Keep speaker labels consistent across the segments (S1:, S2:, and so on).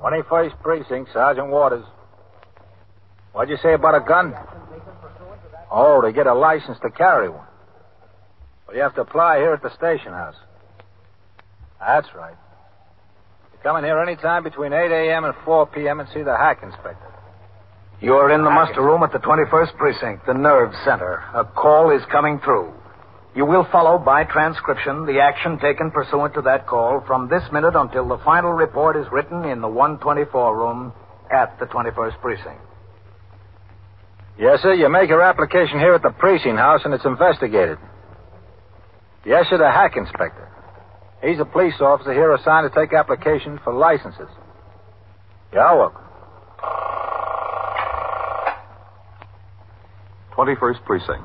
S1: 21st Precinct, Sergeant Waters. What'd you say about a gun? Oh, to get a license to carry one. Well, you have to apply here at the station house. That's right. You come in here any time between 8 a.m. and 4 p.m. and see the hack inspector.
S2: You're in the
S1: Hackett.
S2: muster room at the 21st Precinct, the nerve center. A call is coming through. You will follow by transcription the action taken pursuant to that call from this minute until the final report is written in the 124 room at the 21st Precinct.
S1: Yes, sir. You make your application here at the precinct house and it's investigated. Yes, sir, the hack inspector. He's a police officer here assigned to take applications for licenses. You're welcome.
S3: 21st Precinct.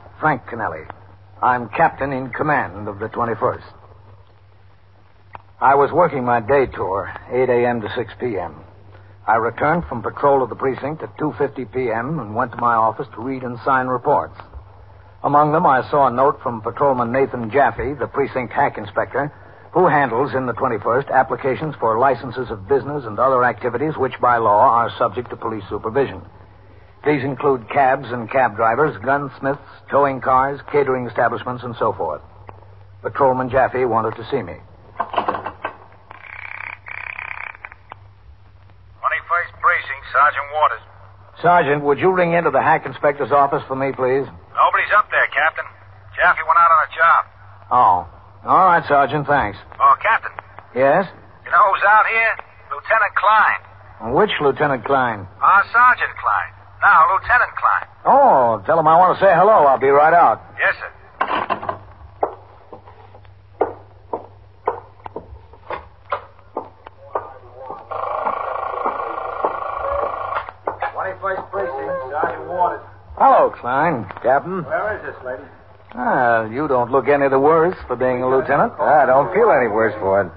S2: Frank Kennelly. I'm captain in command of the 21st. I was working my day tour, 8 a.m. to 6 p.m. I returned from patrol of the precinct at 2.50 p.m. and went to my office to read and sign reports. Among them, I saw a note from patrolman Nathan Jaffe, the precinct hack inspector, who handles in the 21st applications for licenses of business and other activities which by law are subject to police supervision. These include cabs and cab drivers, gunsmiths, towing cars, catering establishments, and so forth. Patrolman Jaffe wanted to see me.
S1: 21st Precinct, Sergeant Waters.
S2: Sergeant, would you ring into the hack inspector's office for me, please?
S1: Nobody's up there, Captain. Jaffe went out on a job.
S2: Oh. All right, Sergeant, thanks.
S1: Oh, Captain,
S2: Yes?
S1: you know who's out here? Lieutenant Klein.
S2: Which, Lieutenant Klein?
S1: Our Sergeant Klein. Now, Lieutenant Klein.
S2: Oh, tell him I want to say hello. I'll be right out.
S1: Yes, sir. Twenty-first precinct, Sergeant Waters.
S2: Hello, Klein. Captain?
S1: Where is this lady?
S2: Well, you don't look any the worse for being a lieutenant. I don't feel any worse for it.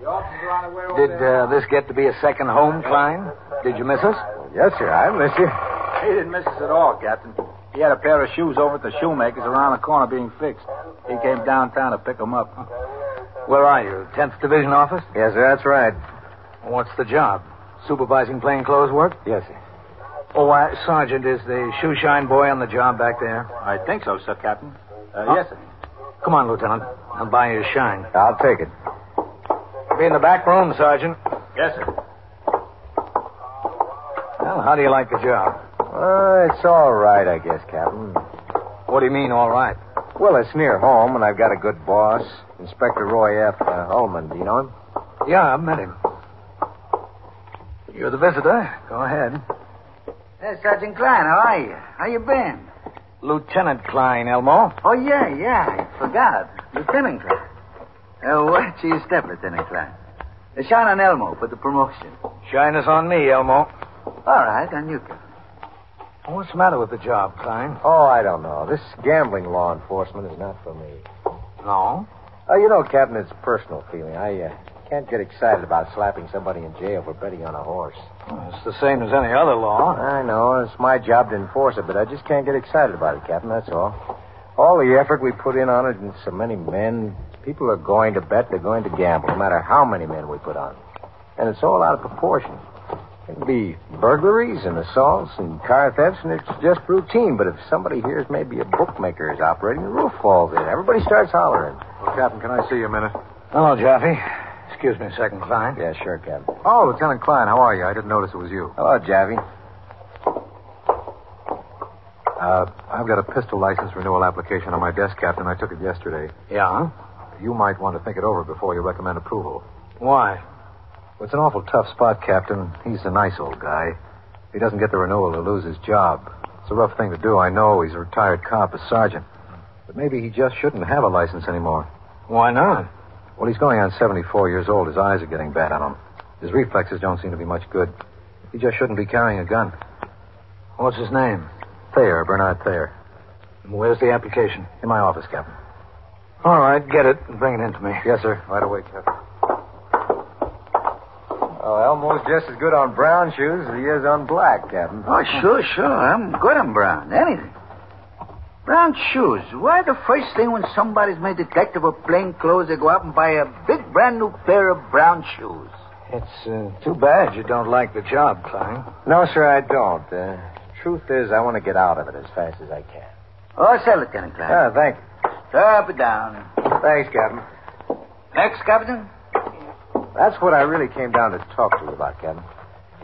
S1: The officers are on the way over
S2: Did uh, this get to be a second home, Klein? Did you miss us?
S4: Yes, sir. I miss you.
S1: He didn't miss us at all, Captain. He had a pair of shoes over at the shoemaker's around the corner being fixed. He came downtown to pick them up.
S2: Where are you? Tenth Division office?
S4: Yes, sir. That's right.
S2: What's the job? Supervising plainclothes work?
S4: Yes, sir.
S2: Oh, I, Sergeant, is the shoe shine boy on the job back there?
S1: I think so, sir, Captain. Uh,
S2: Huh?
S1: Yes, sir.
S2: Come on, Lieutenant. I'll buy you a shine.
S4: I'll take it.
S2: Be in the back room, Sergeant.
S1: Yes, sir.
S2: Well, how do you like the job?
S4: Uh, it's all right, I guess, Captain.
S2: What do you mean, all right?
S4: Well, it's near home, and I've got a good boss, Inspector Roy F. Uh, Ullman. Do you know him?
S2: Yeah, I've met him. You're the visitor. Go ahead.
S5: Hey, Sergeant Klein, how are you? How you been?
S2: Lieutenant Klein, Elmo.
S5: Oh, yeah, yeah, I forgot. Lieutenant Klein. Uh, what's your step, Lieutenant Klein? Uh, Sean and Elmo for the promotion.
S2: Shyness on me, Elmo.
S5: All right, on you, Captain.
S2: What's the matter with the job, Klein?
S4: Oh, I don't know. This gambling law enforcement is not for me.
S2: No.
S4: Uh, you know, Captain, it's a personal feeling. I uh, can't get excited about slapping somebody in jail for betting on a horse.
S2: It's the same as any other law.
S4: I know. It's my job to enforce it, but I just can't get excited about it, Captain. That's all. All the effort we put in on it and so many men, people are going to bet they're going to gamble, no matter how many men we put on. And it's all out of proportion. It'd be burglaries and assaults and car thefts, and it's just routine. But if somebody hears maybe a bookmaker is operating, the roof falls in. Everybody starts hollering.
S3: Well, Captain, can I see you a minute?
S2: Hello, Jaffe. Excuse me a second, Klein.
S4: Yeah, sure, Captain.
S3: Oh, Lieutenant Klein, how are you? I didn't notice it was you.
S4: Hello, Javi.
S3: Uh, I've got a pistol license renewal application on my desk, Captain. I took it yesterday.
S2: Yeah?
S3: You might want to think it over before you recommend approval.
S2: Why?
S3: Well, It's an awful tough spot, Captain. He's a nice old guy. If he doesn't get the renewal, he'll lose his job. It's a rough thing to do. I know he's a retired cop, a sergeant. But maybe he just shouldn't have a license anymore.
S2: Why not?
S3: Well, he's going on 74 years old. His eyes are getting bad on him. His reflexes don't seem to be much good.
S2: He just shouldn't be carrying a gun. What's his name?
S4: Thayer, Bernard Thayer.
S2: Where's the application?
S4: In my office, Captain.
S2: All right, get it and bring it in to me.
S4: Yes, sir. Right away, Captain. Oh, Elmo's just as good on brown shoes as he is on black, Captain.
S5: Oh, sure, sure. I'm good on brown. Anything. Brown shoes. Why the first thing when somebody's made detective of plain clothes, they go out and buy a big brand new pair of brown shoes.
S2: It's uh, too bad you don't like the job, Clang.
S4: No, sir, I don't. Uh, truth is, I want to get out of it as fast as I can.
S5: Oh, sell it, Lieutenant Clark.
S4: Ah, thank you.
S5: Drop it down.
S4: Thanks, Captain.
S5: Next, Captain.
S4: That's what I really came down to talk to you about, Captain.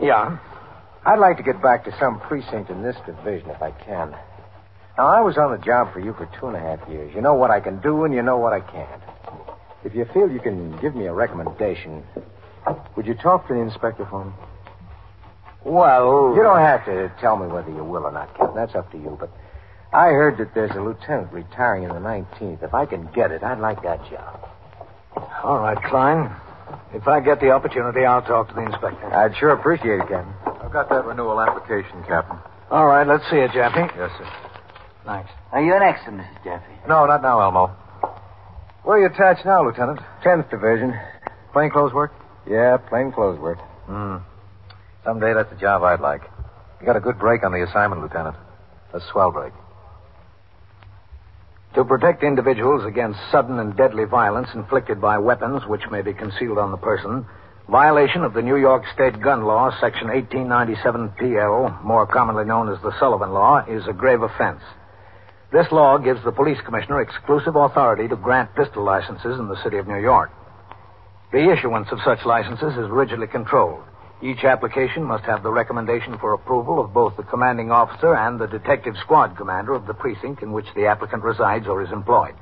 S2: Yeah.
S4: I'd like to get back to some precinct in this division if I can. Now, I was on the job for you for two and a half years. You know what I can do and you know what I can't. If you feel you can give me a recommendation, would you talk to the inspector for me?
S2: Well,
S4: You don't have to tell me whether you will or not, Captain. That's up to you. But I heard that there's a lieutenant retiring in the 19th. If I can get it, I'd like that job.
S2: All right, Klein. If I get the opportunity, I'll talk to the inspector.
S4: I'd sure appreciate it, Captain.
S3: I've got that renewal application, Captain.
S2: All right, let's see it, Jeffy.
S3: Yes, sir.
S2: Thanks.
S5: Are you an excellent, Uh, Mrs. Jeffy?
S3: No, not now, Elmo.
S4: Where are you attached now, Lieutenant? 10th Division.
S2: Plainclothes work?
S4: Yeah, plainclothes work.
S2: Hmm.
S4: Someday that's a job I'd like. You got a good break on the assignment, Lieutenant. A swell break.
S2: To protect individuals against sudden and deadly violence inflicted by weapons which may be concealed on the person, violation of the New York State gun law, section 1897 PL, more commonly known as the Sullivan Law, is a grave offense. This law gives the police commissioner exclusive authority to grant pistol licenses in the city of New York. The issuance of such licenses is rigidly controlled. Each application must have the recommendation for approval of both the commanding officer and the detective squad commander of the precinct in which the applicant resides or is employed.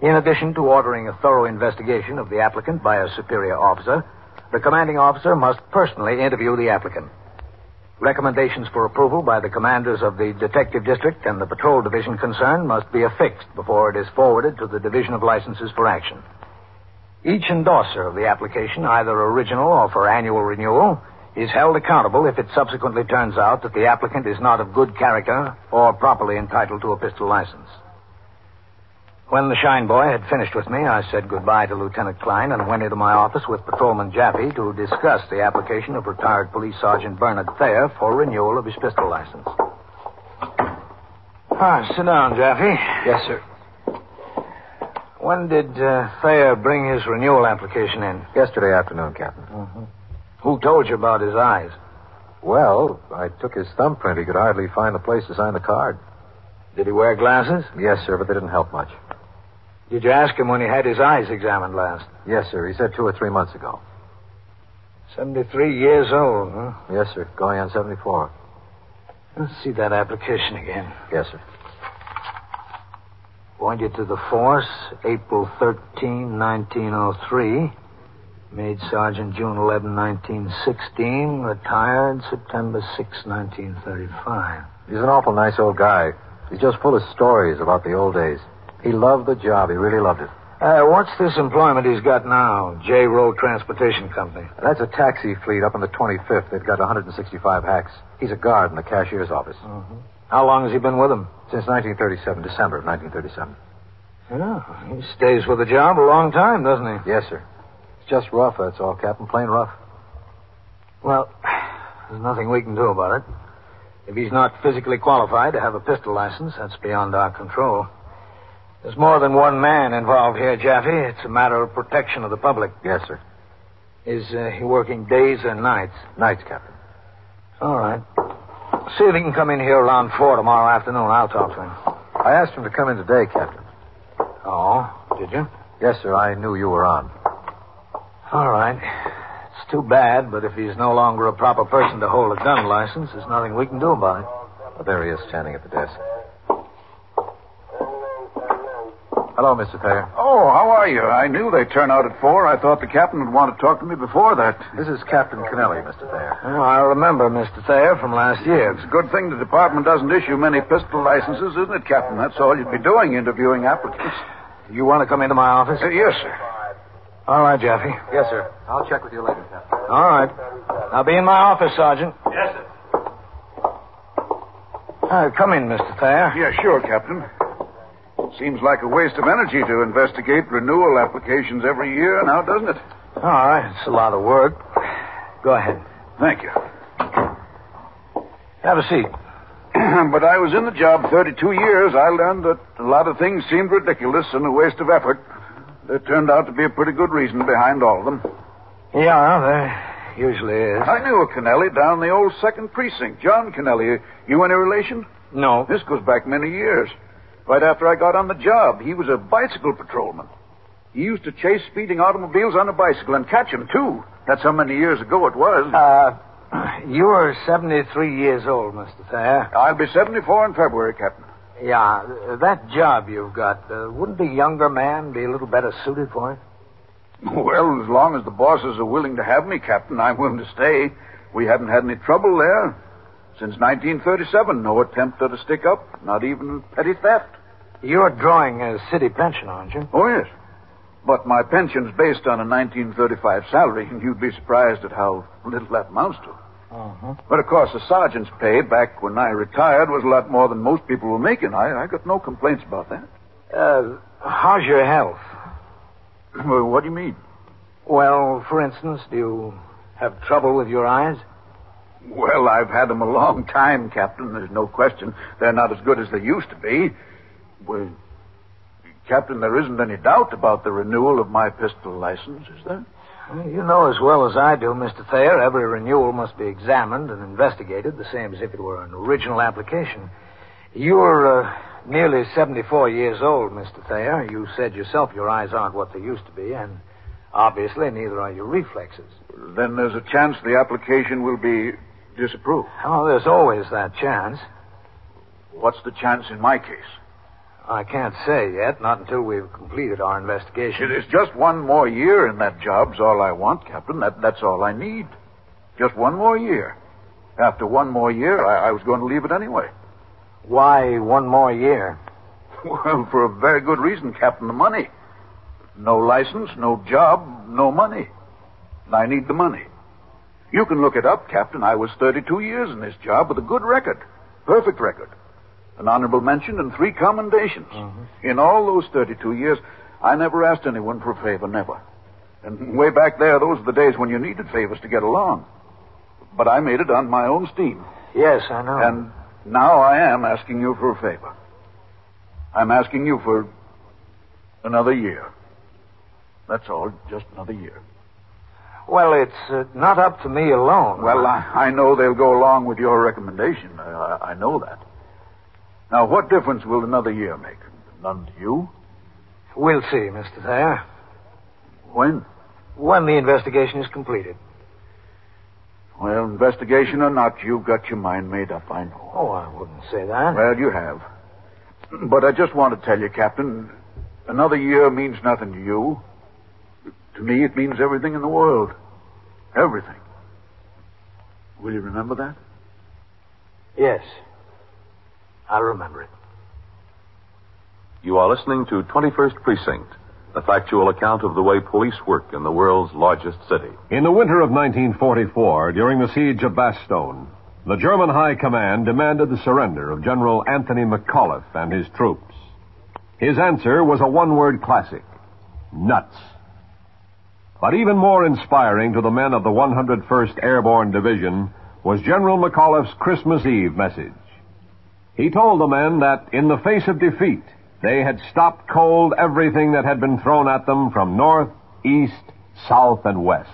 S2: In addition to ordering a thorough investigation of the applicant by a superior officer, the commanding officer must personally interview the applicant. Recommendations for approval by the commanders of the detective district and the patrol division concerned must be affixed before it is forwarded to the Division of Licenses for Action. Each endorser of the application, either original or for annual renewal, is held accountable if it subsequently turns out that the applicant is not of good character or properly entitled to a pistol license. When the shine boy had finished with me, I said goodbye to Lieutenant Klein and went into my office with Patrolman Jaffe to discuss the application of retired Police Sergeant Bernard Thayer for renewal of his pistol license. Ah, sit down, Jaffe.
S4: Yes, sir.
S2: When did uh, Thayer bring his renewal application in? Mm-hmm.
S4: Yesterday afternoon, Captain.
S2: Who told you about his eyes?
S4: Well, I took his thumbprint. He could hardly find a place to sign the card.
S2: Did he wear glasses?
S4: Yes, sir, but they didn't help much.
S2: Did you ask him when he had his eyes examined last?
S4: Yes, sir. He said two or three months ago.
S2: 73 years old, huh?
S4: Yes, sir. Going on 74.
S2: Let's see that application again.
S4: Yes, sir.
S2: Pointed to the force, April oh 13, 1903. Made sergeant June 11, 1916. Retired September 6, 1935.
S4: He's an awful nice old guy. He's just full of stories about the old days. He loved the job. He really loved it.
S2: Uh, what's this employment he's got now? J. Road Transportation Company.
S4: That's a taxi fleet up on the 25th. They've got 165 hacks. He's a guard in the cashier's office.
S2: Mm-hmm. How long has he been with him?
S4: Since 1937, December of 1937.
S2: Yeah, he stays with the job a long time, doesn't he?
S4: Yes, sir. It's just rough, that's all, Captain. Plain rough.
S2: Well, there's nothing we can do about it. If he's not physically qualified to have a pistol license, that's beyond our control. There's more than one man involved here, Jaffe. It's a matter of protection of the public.
S4: Yes, sir.
S2: Is uh, he working days and nights?
S4: Nights, Captain.
S2: All right. See if he can come in here around four tomorrow afternoon. I'll talk to him.
S4: I asked him to come in today, Captain.
S2: Oh, did you?
S4: Yes, sir. I knew you were on.
S2: All right. It's too bad, but if he's no longer a proper person to hold a gun license, there's nothing we can do about it.
S4: But Oh, there he is, standing at the desk. Hello, Mr. Thayer.
S6: Oh, how are you? I knew they'd turn out at four. I thought the captain would want to talk to me before that.
S4: This is Captain Kennelly, Mr. Thayer.
S2: Oh, I remember Mr. Thayer from last year.
S6: It's a good thing the department doesn't issue many pistol licenses, isn't it, Captain? That's all you'd be doing, interviewing applicants.
S2: You want to come into my office?
S6: Uh, yes, sir.
S2: All right, Jaffe.
S4: Yes, sir. I'll check with you later, Captain.
S2: All right. I'll be in my office, Sergeant.
S6: Yes, sir.
S2: Uh, come in, Mr. Thayer.
S6: Yeah, sure, Captain. Seems like a waste of energy to investigate renewal applications every year now, doesn't it?
S2: All right, it's a lot of work. Go ahead.
S6: Thank you.
S2: Have a seat.
S6: but I was in the job 32 years. I learned that a lot of things seemed ridiculous and a waste of effort. There turned out to be a pretty good reason behind all of them.
S2: Yeah, there usually is.
S6: I knew a Kennelly down the old second precinct, John Kennelly. You any relation?
S2: No.
S6: This goes back many years. Right after I got on the job, he was a bicycle patrolman. He used to chase speeding automobiles on a bicycle and catch 'em too. That's how many years ago it was.
S2: Uh, you are 73 years old, Mr. Thayer.
S6: I'll be 74 in February, Captain.
S2: Yeah, uh, that job you've got, uh, wouldn't a younger man be a little better suited for it?
S6: Well, as long as the bosses are willing to have me, Captain, I'm willing to stay. We haven't had any trouble there. Since 1937, no attempt at a stick up, not even petty theft.
S2: You're drawing a city pension, aren't you?
S6: Oh, yes. But my pension's based on a 1935 salary, and you'd be surprised at how little that amounts to.
S2: Uh-huh.
S6: But of course, the sergeant's pay back when I retired was a lot more than most people were making. I, I got no complaints about that.
S2: Uh, how's your health?
S6: Well, what do you mean?
S2: Well, for instance, do you have trouble with your eyes?
S6: Well, I've had them a long time, Captain. There's no question. They're not as good as they used to be. Well, Captain, there isn't any doubt about the renewal of my pistol license, is there?
S2: Well, You know as well as I do, Mr. Thayer, every renewal must be examined and investigated, the same as if it were an original application. You're uh, nearly 74 years old, Mr. Thayer. You said yourself your eyes aren't what they used to be, and obviously neither are your reflexes.
S6: Then there's a chance the application will be disapproved.
S2: Oh, there's always that chance.
S6: What's the chance in my case?
S2: I can't say yet, not until we've completed our investigation.
S6: It is just one more year in that job's all I want, Captain. That, that's all I need. Just one more year. After one more year, I, I was going to leave it anyway.
S2: Why one more year?
S6: Well, for a very good reason, Captain. The money. No license, no job, no money. And I need the money. You can look it up, Captain. I was 32 years in this job with a good record. Perfect record. An honorable mention and three commendations. In all those 32 years, I never asked anyone for a favor, never. And way back there, those were the days when you needed favors to get along. But I made it on my own steam.
S2: Yes, I know.
S6: And now I am asking you for a favor. I'm asking you for another year. That's all, just another year.
S2: well, it's uh, not up to me alone.
S6: Well, I, I know they'll go along with your recommendation. I, I, I know that. Now, what difference will another year make? None to you.
S2: we'll see, Mr. Thayer.
S6: When?
S2: When the investigation is completed.
S6: Well, investigation or not, you've got your mind made up, I know.
S2: Oh, I wouldn't say that.
S6: Well, you have. But I just want to tell you, Captain, another year means nothing to you. To me, it means everything in the world. Everything. Will you remember that?
S2: yes. I remember it.
S3: You are listening to 21st Precinct, a factual account of the way police work in the world's largest city.
S7: In the winter of 1944, during the siege of Bastogne, the German High Command demanded the surrender of General Anthony McAuliffe and his troops. His answer was a one word classic nuts. But even more inspiring to the men of the 101st Airborne Division was General McAuliffe's Christmas Eve message. He told the men that in the face of defeat, they had stopped cold everything that had been thrown at them from north, east, south, and west.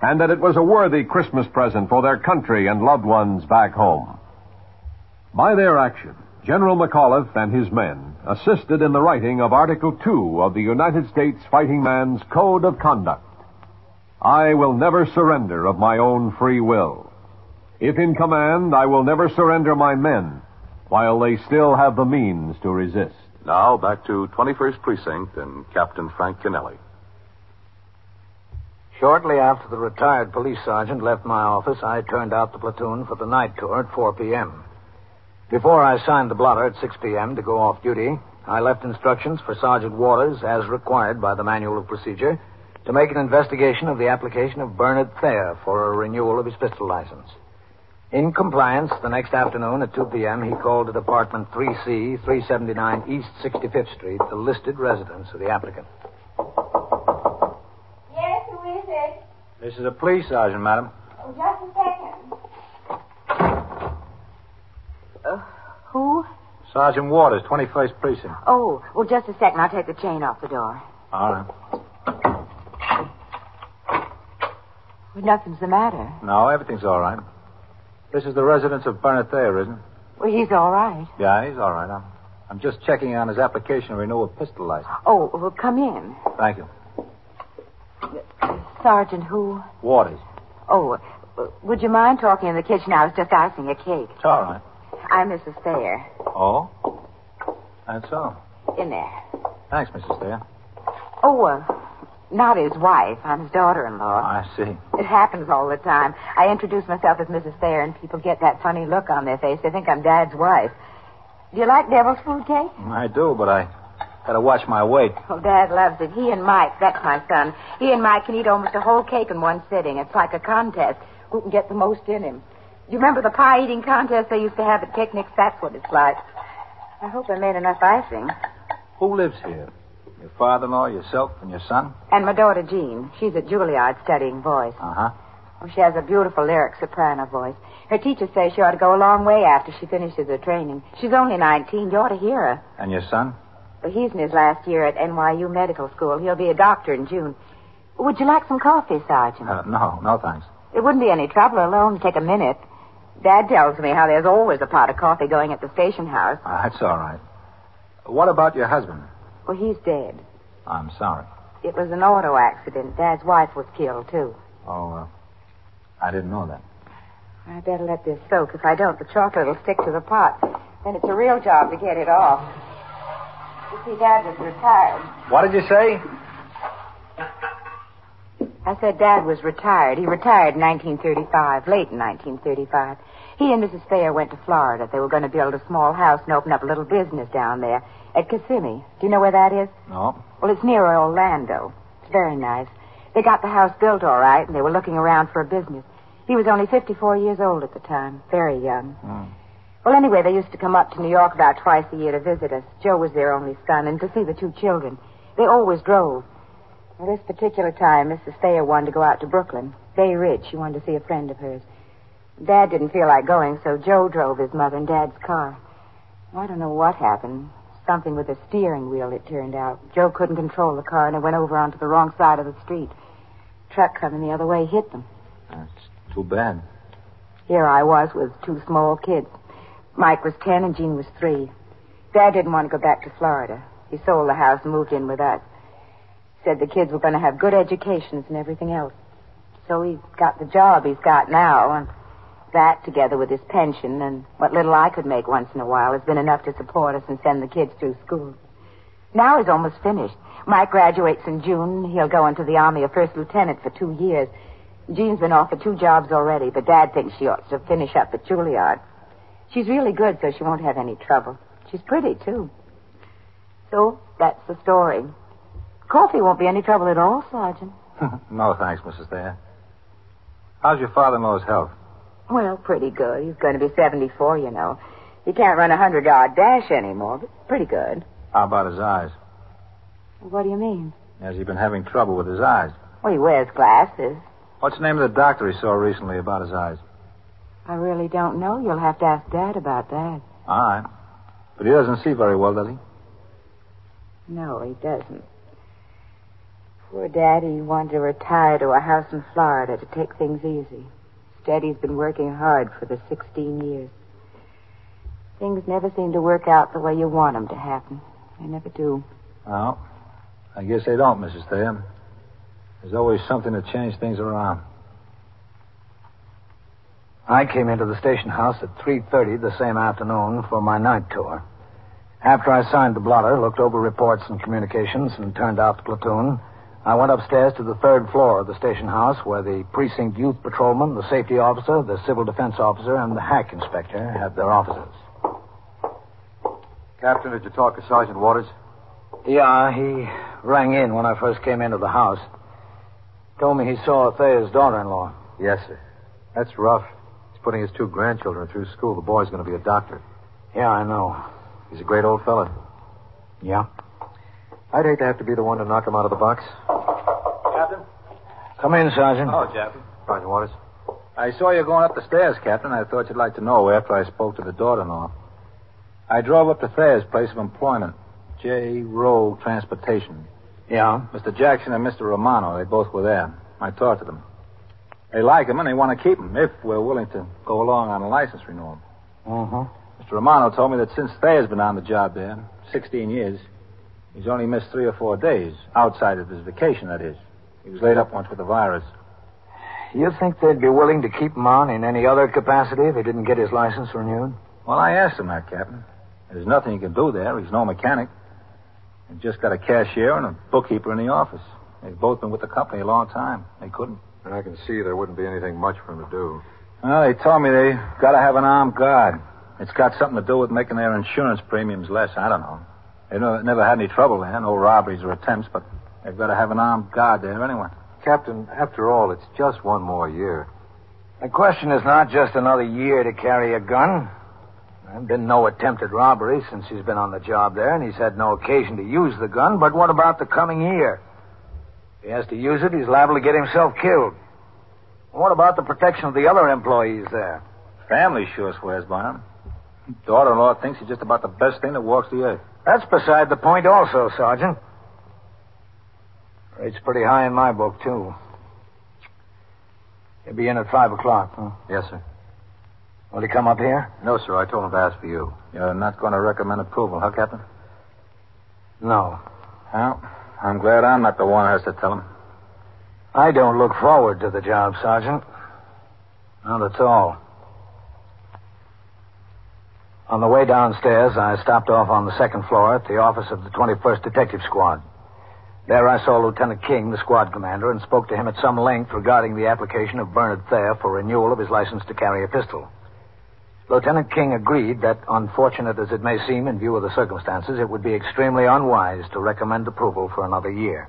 S7: And that it was a worthy Christmas present for their country and loved ones back home. By their action, General McAuliffe and his men assisted in the writing of Article 2 of the United States Fighting Man's Code of Conduct. I will never surrender of my own free will. If in command, I will never surrender my men while they still have the means to resist.
S3: Now back to 21st Precinct and Captain Frank Kennelly.
S2: Shortly after the retired police sergeant left my office, I turned out the platoon for the night tour at 4 p.m. Before I signed the blotter at 6 p.m. to go off duty, I left instructions for Sergeant Waters, as required by the Manual of Procedure, to make an investigation of the application of Bernard Thayer for a renewal of his pistol license. In compliance, the next afternoon at 2 p.m., he called at apartment 3C, 379 East 65th Street, the listed residence of the applicant.
S8: Yes, who is it?
S1: This is a police sergeant, madam.
S8: Oh, just a second.
S9: Uh, Who?
S1: Sergeant Waters, 21st Precinct.
S9: Oh, well, just a second. I'll take the chain off the door.
S1: All right.
S9: Well, nothing's the matter.
S1: No, everything's all right. This is the residence of Bernard Thayer, isn't it?
S9: Well, he's all right.
S1: Yeah, he's all right. I'm, I'm just checking on his application to renew a pistol license.
S9: Oh, well, come in.
S1: Thank you.
S9: Sergeant, who?
S1: Waters.
S9: Oh, uh, would you mind talking in the kitchen? I was just icing a cake.
S1: It's all right.
S9: I'm Mrs. Thayer.
S1: Oh? That's all.
S9: In there.
S1: Thanks, Mrs. Thayer.
S9: Oh, uh, not his wife. I'm his daughter-in-law.
S1: I see.
S9: It happens all the time. I introduce myself as Mrs. Thayer, and people get that funny look on their face. They think I'm Dad's wife. Do you like devil's food cake?
S1: I do, but I gotta watch my weight.
S9: Oh, Dad loves it. He and Mike, that's my son. He and Mike can eat almost a whole cake in one sitting. It's like a contest. Who can get the most in him? You remember the pie eating contest they used to have at picnics? That's what it's like. I hope I made enough icing.
S1: Who lives here? Your father-in-law, yourself, and your son?
S9: And my daughter Jean, she's at Juilliard studying voice.
S1: Uh-huh.
S9: Oh, she has a beautiful lyric soprano voice. Her teacher says she ought to go a long way after she finishes her training. She's only 19. You ought to hear her.
S1: And your son?
S9: But he's in his last year at NYU Medical School. He'll be a doctor in June. Would you like some coffee, Sergeant?
S1: Uh, no, no thanks.
S9: It wouldn't be any trouble. It'll only take a minute. Dad tells me how there's always a pot of coffee going at the station house.
S1: Uh, that's all right. What about your husband?
S9: Well, he's dead.
S1: I'm sorry.
S9: It was an auto accident. Dad's wife was killed, too.
S1: Oh, uh, I didn't know that.
S9: I better let this soak. If I don't, the chocolate will stick to the pot. Then it's a real job to get it off. You see, Dad was retired.
S1: What did you say?
S9: I said Dad was retired. He retired in 1935, late in 1935. He and Mrs. Thayer went to Florida. They were going to build a small house and open up a little business down there at Kissimmee. Do you know where that is?
S1: No.
S9: Well, it's near Orlando. It's very nice. They got the house built all right, and they were looking around for a business. He was only 54 years old at the time, very young. Well, anyway, they used to come up to New York about twice a year to visit us. Joe was their only son, and to see the two children. They always drove. Well, this particular time, Mrs. Thayer wanted to go out to Brooklyn, Bay Ridge. She wanted to see a friend of hers. Dad didn't feel like going, so Joe drove his mother in Dad's car. I don't know what happened. Something with the steering wheel, it turned out. Joe couldn't control the car, and it went over onto the wrong side of the street. Truck coming the other way hit them.
S1: That's too bad.
S9: Here I was with two small kids. Mike was ten and Jean was three. Dad didn't want to go back to Florida. He sold the house and moved in with us. Said the kids were going to have good educations and everything else. So he got the job he's got now, and that, together with his pension and what little I could make once in a while, has been enough to support us and send the kids through school. Now he's almost finished. Mike graduates in June. He'll go into the Army a first lieutenant for two years. Jean's been offered two jobs already, but Dad thinks she ought to finish up at Juilliard. She's really good, so she won't have any trouble. She's pretty, too. So, that's the story. Coffee won't be any trouble at all, Sergeant.
S1: no thanks, Mrs. Thayer. How's your father-in-law's health?
S9: Well, pretty good. He's going to be 74, you know. He can't run a 100 yard dash anymore, but pretty good.
S1: How Ah, about his eyes?
S9: What do you mean?
S1: Has he been having trouble with his eyes?
S9: Well, he wears glasses.
S1: What's the name of the doctor he saw recently about his eyes?
S9: I really don't know. You'll have to ask Dad about that.
S1: All right. But he doesn't see very well, does he?
S9: No, he doesn't. Poor Daddy wanted to retire to a house in Florida to take things easy. Daddy's been working hard for the 16 years. Things never seem to work out the way you want 'em to happen. They never do.
S1: No. I guess they don't, Mrs. Thayer. There's always something to change things around.
S2: I came into the station house at 3.30 the same afternoon for my night tour. After I signed the blotter, looked over reports and communications, and turned out the platoon, I went upstairs to the third floor of the station house where the precinct youth patrolman, the safety officer, the civil defense officer, and the hack inspector had their offices.
S4: Captain, did you talk to Sergeant Waters?
S2: Yeah, he rang in when I first came into the house. Told me he saw Thea's daughter-in-law.
S4: Yes, sir. That's rough. He's putting his two grandchildren through school. The boy's going to be a doctor.
S2: Yeah, I know.
S4: He's a great old fella.
S2: Yeah?
S4: I'd hate to have to be the one to knock him out of the box.
S1: Captain?
S2: Come in, Sergeant.
S1: Oh, Captain.
S4: Sergeant Waters.
S1: I saw you going up the stairs, Captain. I thought you'd like to know after I spoke to the daughter-in-law. I drove up to Thayer's place of employment, J. Rowe Transportation.
S2: Yeah?
S1: Mr. Jackson and Mr. Romano, they both were there. I talked to them. They like him and they want to keep him if we're willing to go along on a license renewal.
S2: Mm-hmm.
S1: Mr. Romano told me that since Thayer's been on the job there, 16 years, he's only missed three or four days, outside of his vacation, that is. He was laid up once with a virus.
S2: You think they'd be willing to keep him on in any other capacity if he didn't get his license renewed?
S1: Well, I asked him that, Captain. There's nothing he can do there. He's no mechanic. He's just got a cashier and a bookkeeper in the office. They've both been with the company a long time. They couldn't.
S4: And I can see there wouldn't be anything much for him to do.
S1: Well, they told me they got to have an armed guard. It's got something to do with making their insurance premiums less. I don't know. They never, never had any trouble there, no robberies or attempts, but they've got to have an armed guard there anyway.
S4: Captain, after all, it's just one more year.
S2: The question is not just another year to carry a gun. There's been no attempted robbery since he's been on the job there, and he's had no occasion to use the gun. But what about the coming year? If he has to use it, he's liable to get himself killed. What about the protection of the other employees there?
S1: Family sure swears by him. Daughter-in-law thinks he's just about the best thing that walks the earth.
S2: That's beside the point, also, Sergeant. Rate's pretty high in my book, too. He'll be in at five o'clock, huh?
S4: Yes, sir.
S2: Will he come up here?
S4: No, sir. I told him to ask for you.
S1: You're not going to recommend approval, huh, Captain?
S2: No.
S1: Well, I'm glad I'm not the one who has to tell him.
S2: I don't look forward to the job, Sergeant. Not at all. On the way downstairs, I stopped off on the second floor at the office of the 21st Detective Squad. There I saw Lieutenant King, the squad commander, and spoke to him at some length regarding the application of Bernard Thayer for renewal of his license to carry a pistol. Lieutenant King agreed that, unfortunate as it may seem in view of the circumstances, it would be extremely unwise to recommend approval for another year.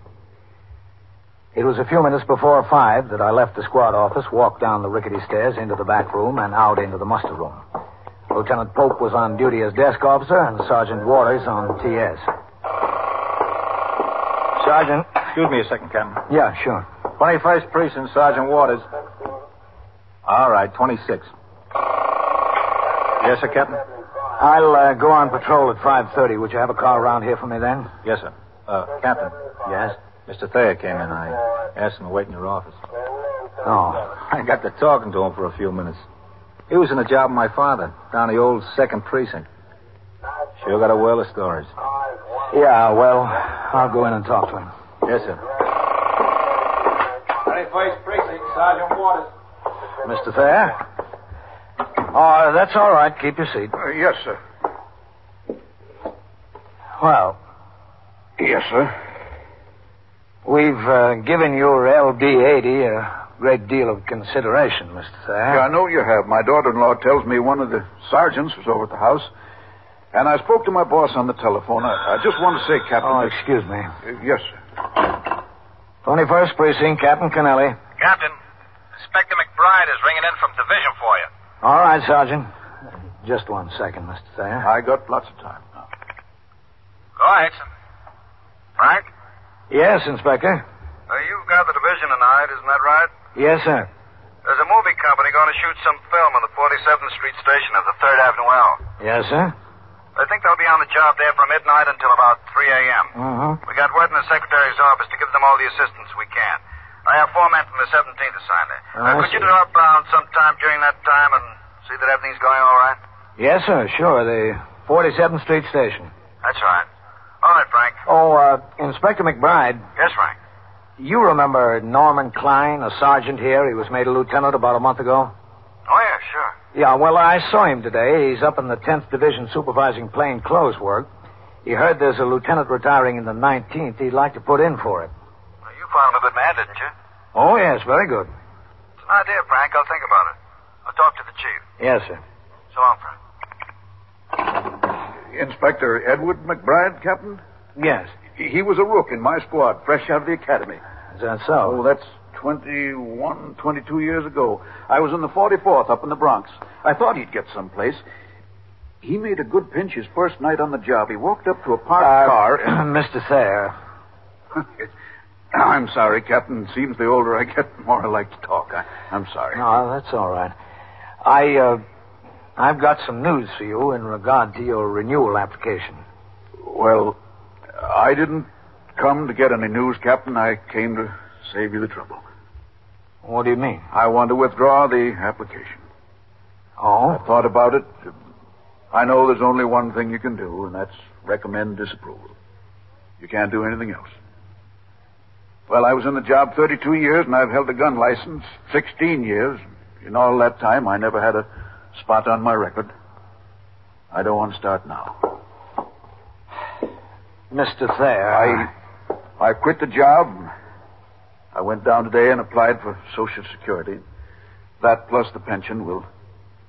S2: It was a few minutes before five that I left the squad office, walked down the rickety stairs into the back room, and out into the muster room. Lieutenant Pope was on duty as desk officer, and Sergeant Waters on TS. Sergeant?
S1: Excuse me a second, Captain.
S2: Yeah, sure.
S1: 21st Precinct, Sergeant Waters. All right, 26. Yes, sir, Captain?
S2: I'll uh, go on patrol at 5.30. Would you have a car around here for me then?
S1: Yes, sir. Uh, Captain,
S2: Yes?
S1: Mr. Thayer came in. I asked him to wait in your office.
S2: Oh.
S1: I got to talking to him for a few minutes. He was in the job of my father, down the old second precinct. Sure got a well of stories.
S2: Yeah, well, I'll go in and talk to him.
S1: Yes, sir. 21st Precinct, Sergeant Waters.
S2: Mr. Thayer? Oh, that's all right. Keep your seat.
S6: Uh, yes, sir.
S2: Well,
S6: Yes, sir.
S2: we've uh, given your LB-80 a great deal of consideration, Mr. Thayer.
S6: Yeah, I know you have. My daughter-in-law tells me one of the sergeants was over at the house, and I spoke to my boss on the telephone. I, I just want to say, Captain.
S2: Oh,
S6: that-
S2: excuse me.
S6: Uh, yes, sir.
S2: 21st Precinct, Captain Kennelly.
S10: Captain, Inspector McBride is ringing in from division for you.
S2: All right, Sergeant. Just one second, Mr. Thayer.
S6: I got lots of time now.
S10: Go ahead, son. Frank,
S2: Yes, Inspector.
S10: uh, you've got the division tonight, isn't that right?
S2: Yes, sir.
S10: There's a movie company going to shoot some film in the 47th Street station of the 3rd Avenue L.
S2: Yes, sir.
S10: I think they'll be on the job there from midnight until about 3 a.m.
S2: Mm-hmm.
S10: We got word in the secretary's office to give them all the assistance we can. I have four men from the 17th assigned there.
S2: Oh,
S10: Uh,
S2: I
S10: could you
S2: see.
S10: drop around sometime during that time and see that everything's going all right?
S2: Yes, sir. Sure. The 47th Street Station.
S10: That's right. All right, Frank.
S2: Oh, uh, Inspector McBride,
S10: Yes, Frank.
S2: you remember Norman Klein, a sergeant here? He was made a lieutenant about a month ago.
S10: Oh, yeah, sure.
S2: Yeah, well, I saw him today. He's up in the 10th Division supervising plain clothes work. He heard there's a lieutenant retiring in the 19th. He'd like to put in for it.
S10: Well, you found him a good man, didn't you?
S2: Oh, yes, very good.
S10: It's an idea, Frank. I'll think about it. I'll talk to the chief.
S2: Yes, sir.
S10: So long, Frank.
S6: Inspector Edward McBride, Captain?
S2: Yes.
S6: He he was a rook in my squad, fresh out of the academy.
S2: Is that
S6: Oh,
S2: so?
S6: that's 21, 22 years ago. I was in the 44th up in the Bronx. I thought he'd get someplace. He made a good pinch his first night on the job. He walked up to a parked car and...
S2: Uh, Mr. Sayre,
S6: I'm sorry, Captain. It seems the older I get, the more I like to talk. I, I'm sorry.
S2: No, that's all right. I, uh, I've got some news for you in regard to your renewal application.
S6: Well, I didn't come to get any news, Captain. I came to save you the trouble.
S2: What do you mean?
S6: I want to withdraw the application.
S2: Oh?
S6: I've thought about it. I know there's only one thing you can do, and that's recommend disapproval. You can't do anything else. Well, I was in the job 32 years, and I've held a gun license 16 years. In all that time, I never had a spot on my record. I don't want to start now.
S2: Mr. Thayer.
S6: I, I quit the job. I went down today and applied for Social Security. That plus the pension will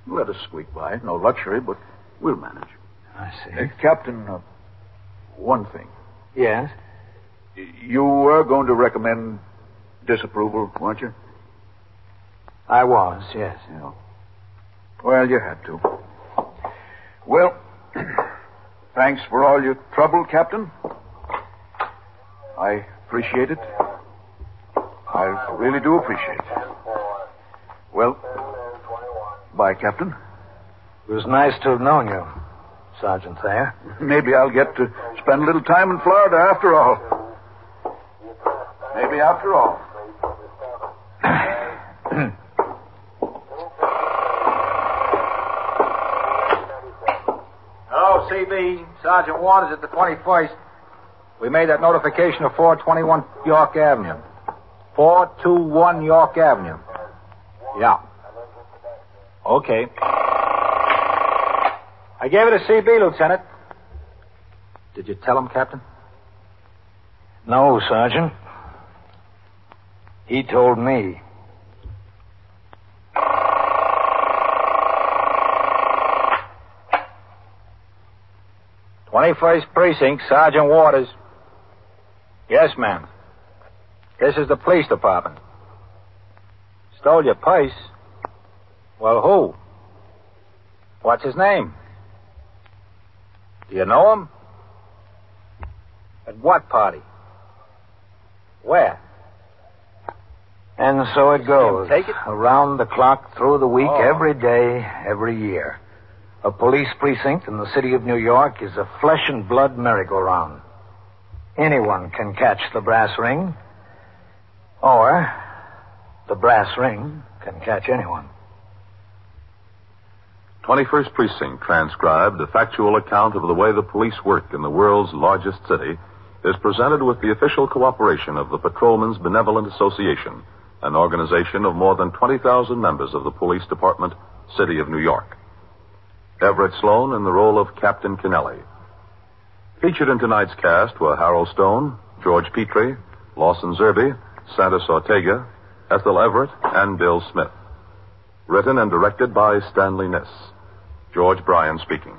S6: let us squeak by. No luxury, but we'll manage.
S2: I see.
S6: Uh, Captain, uh, one thing.
S2: Yes?
S6: You were going to recommend disapproval, weren't you?
S2: I was, yes.
S6: Yeah. Well, you had to. Well, thanks for all your trouble, Captain. I appreciate it. I really do appreciate it. Well, bye, Captain.
S2: It was nice to have known you, Sergeant Thayer.
S6: Maybe I'll get to spend a little time in Florida after all. Maybe after all.
S1: Hello, CB. Sergeant Waters at the 21st. We made that notification of 421 York Avenue. 421 York Avenue. Yeah. Okay. I gave it to CB, Lieutenant. Did you tell him, Captain?
S2: No, Sergeant. He told me.
S1: Twenty-first precinct, Sergeant Waters. Yes, ma'am. This is the police department. Stole your purse? Well, who? What's his name? Do you know him? At what party? Where?
S2: And so it goes.
S1: Take it?
S2: Around the clock, through the week,
S1: Oh.
S2: every day, every year. A police precinct in the city of New York is a flesh and blood merry-go-round. Anyone can catch the brass ring, or the brass ring can catch anyone.
S3: 21st Precinct transcribed a factual account of the way the police work in the world's largest city is presented with the official cooperation of the Patrolmen's Benevolent Association, an organization of more than 20,000 members of the Police Department, City of New York. Everett Sloan in the role of Captain Kennelly. Featured in tonight's cast were Harold Stone, George Petrie, Lawson Zerby, Santos Ortega, Ethel Everett, and Bill Smith. Written and directed by Stanley Niss. George Bryan speaking.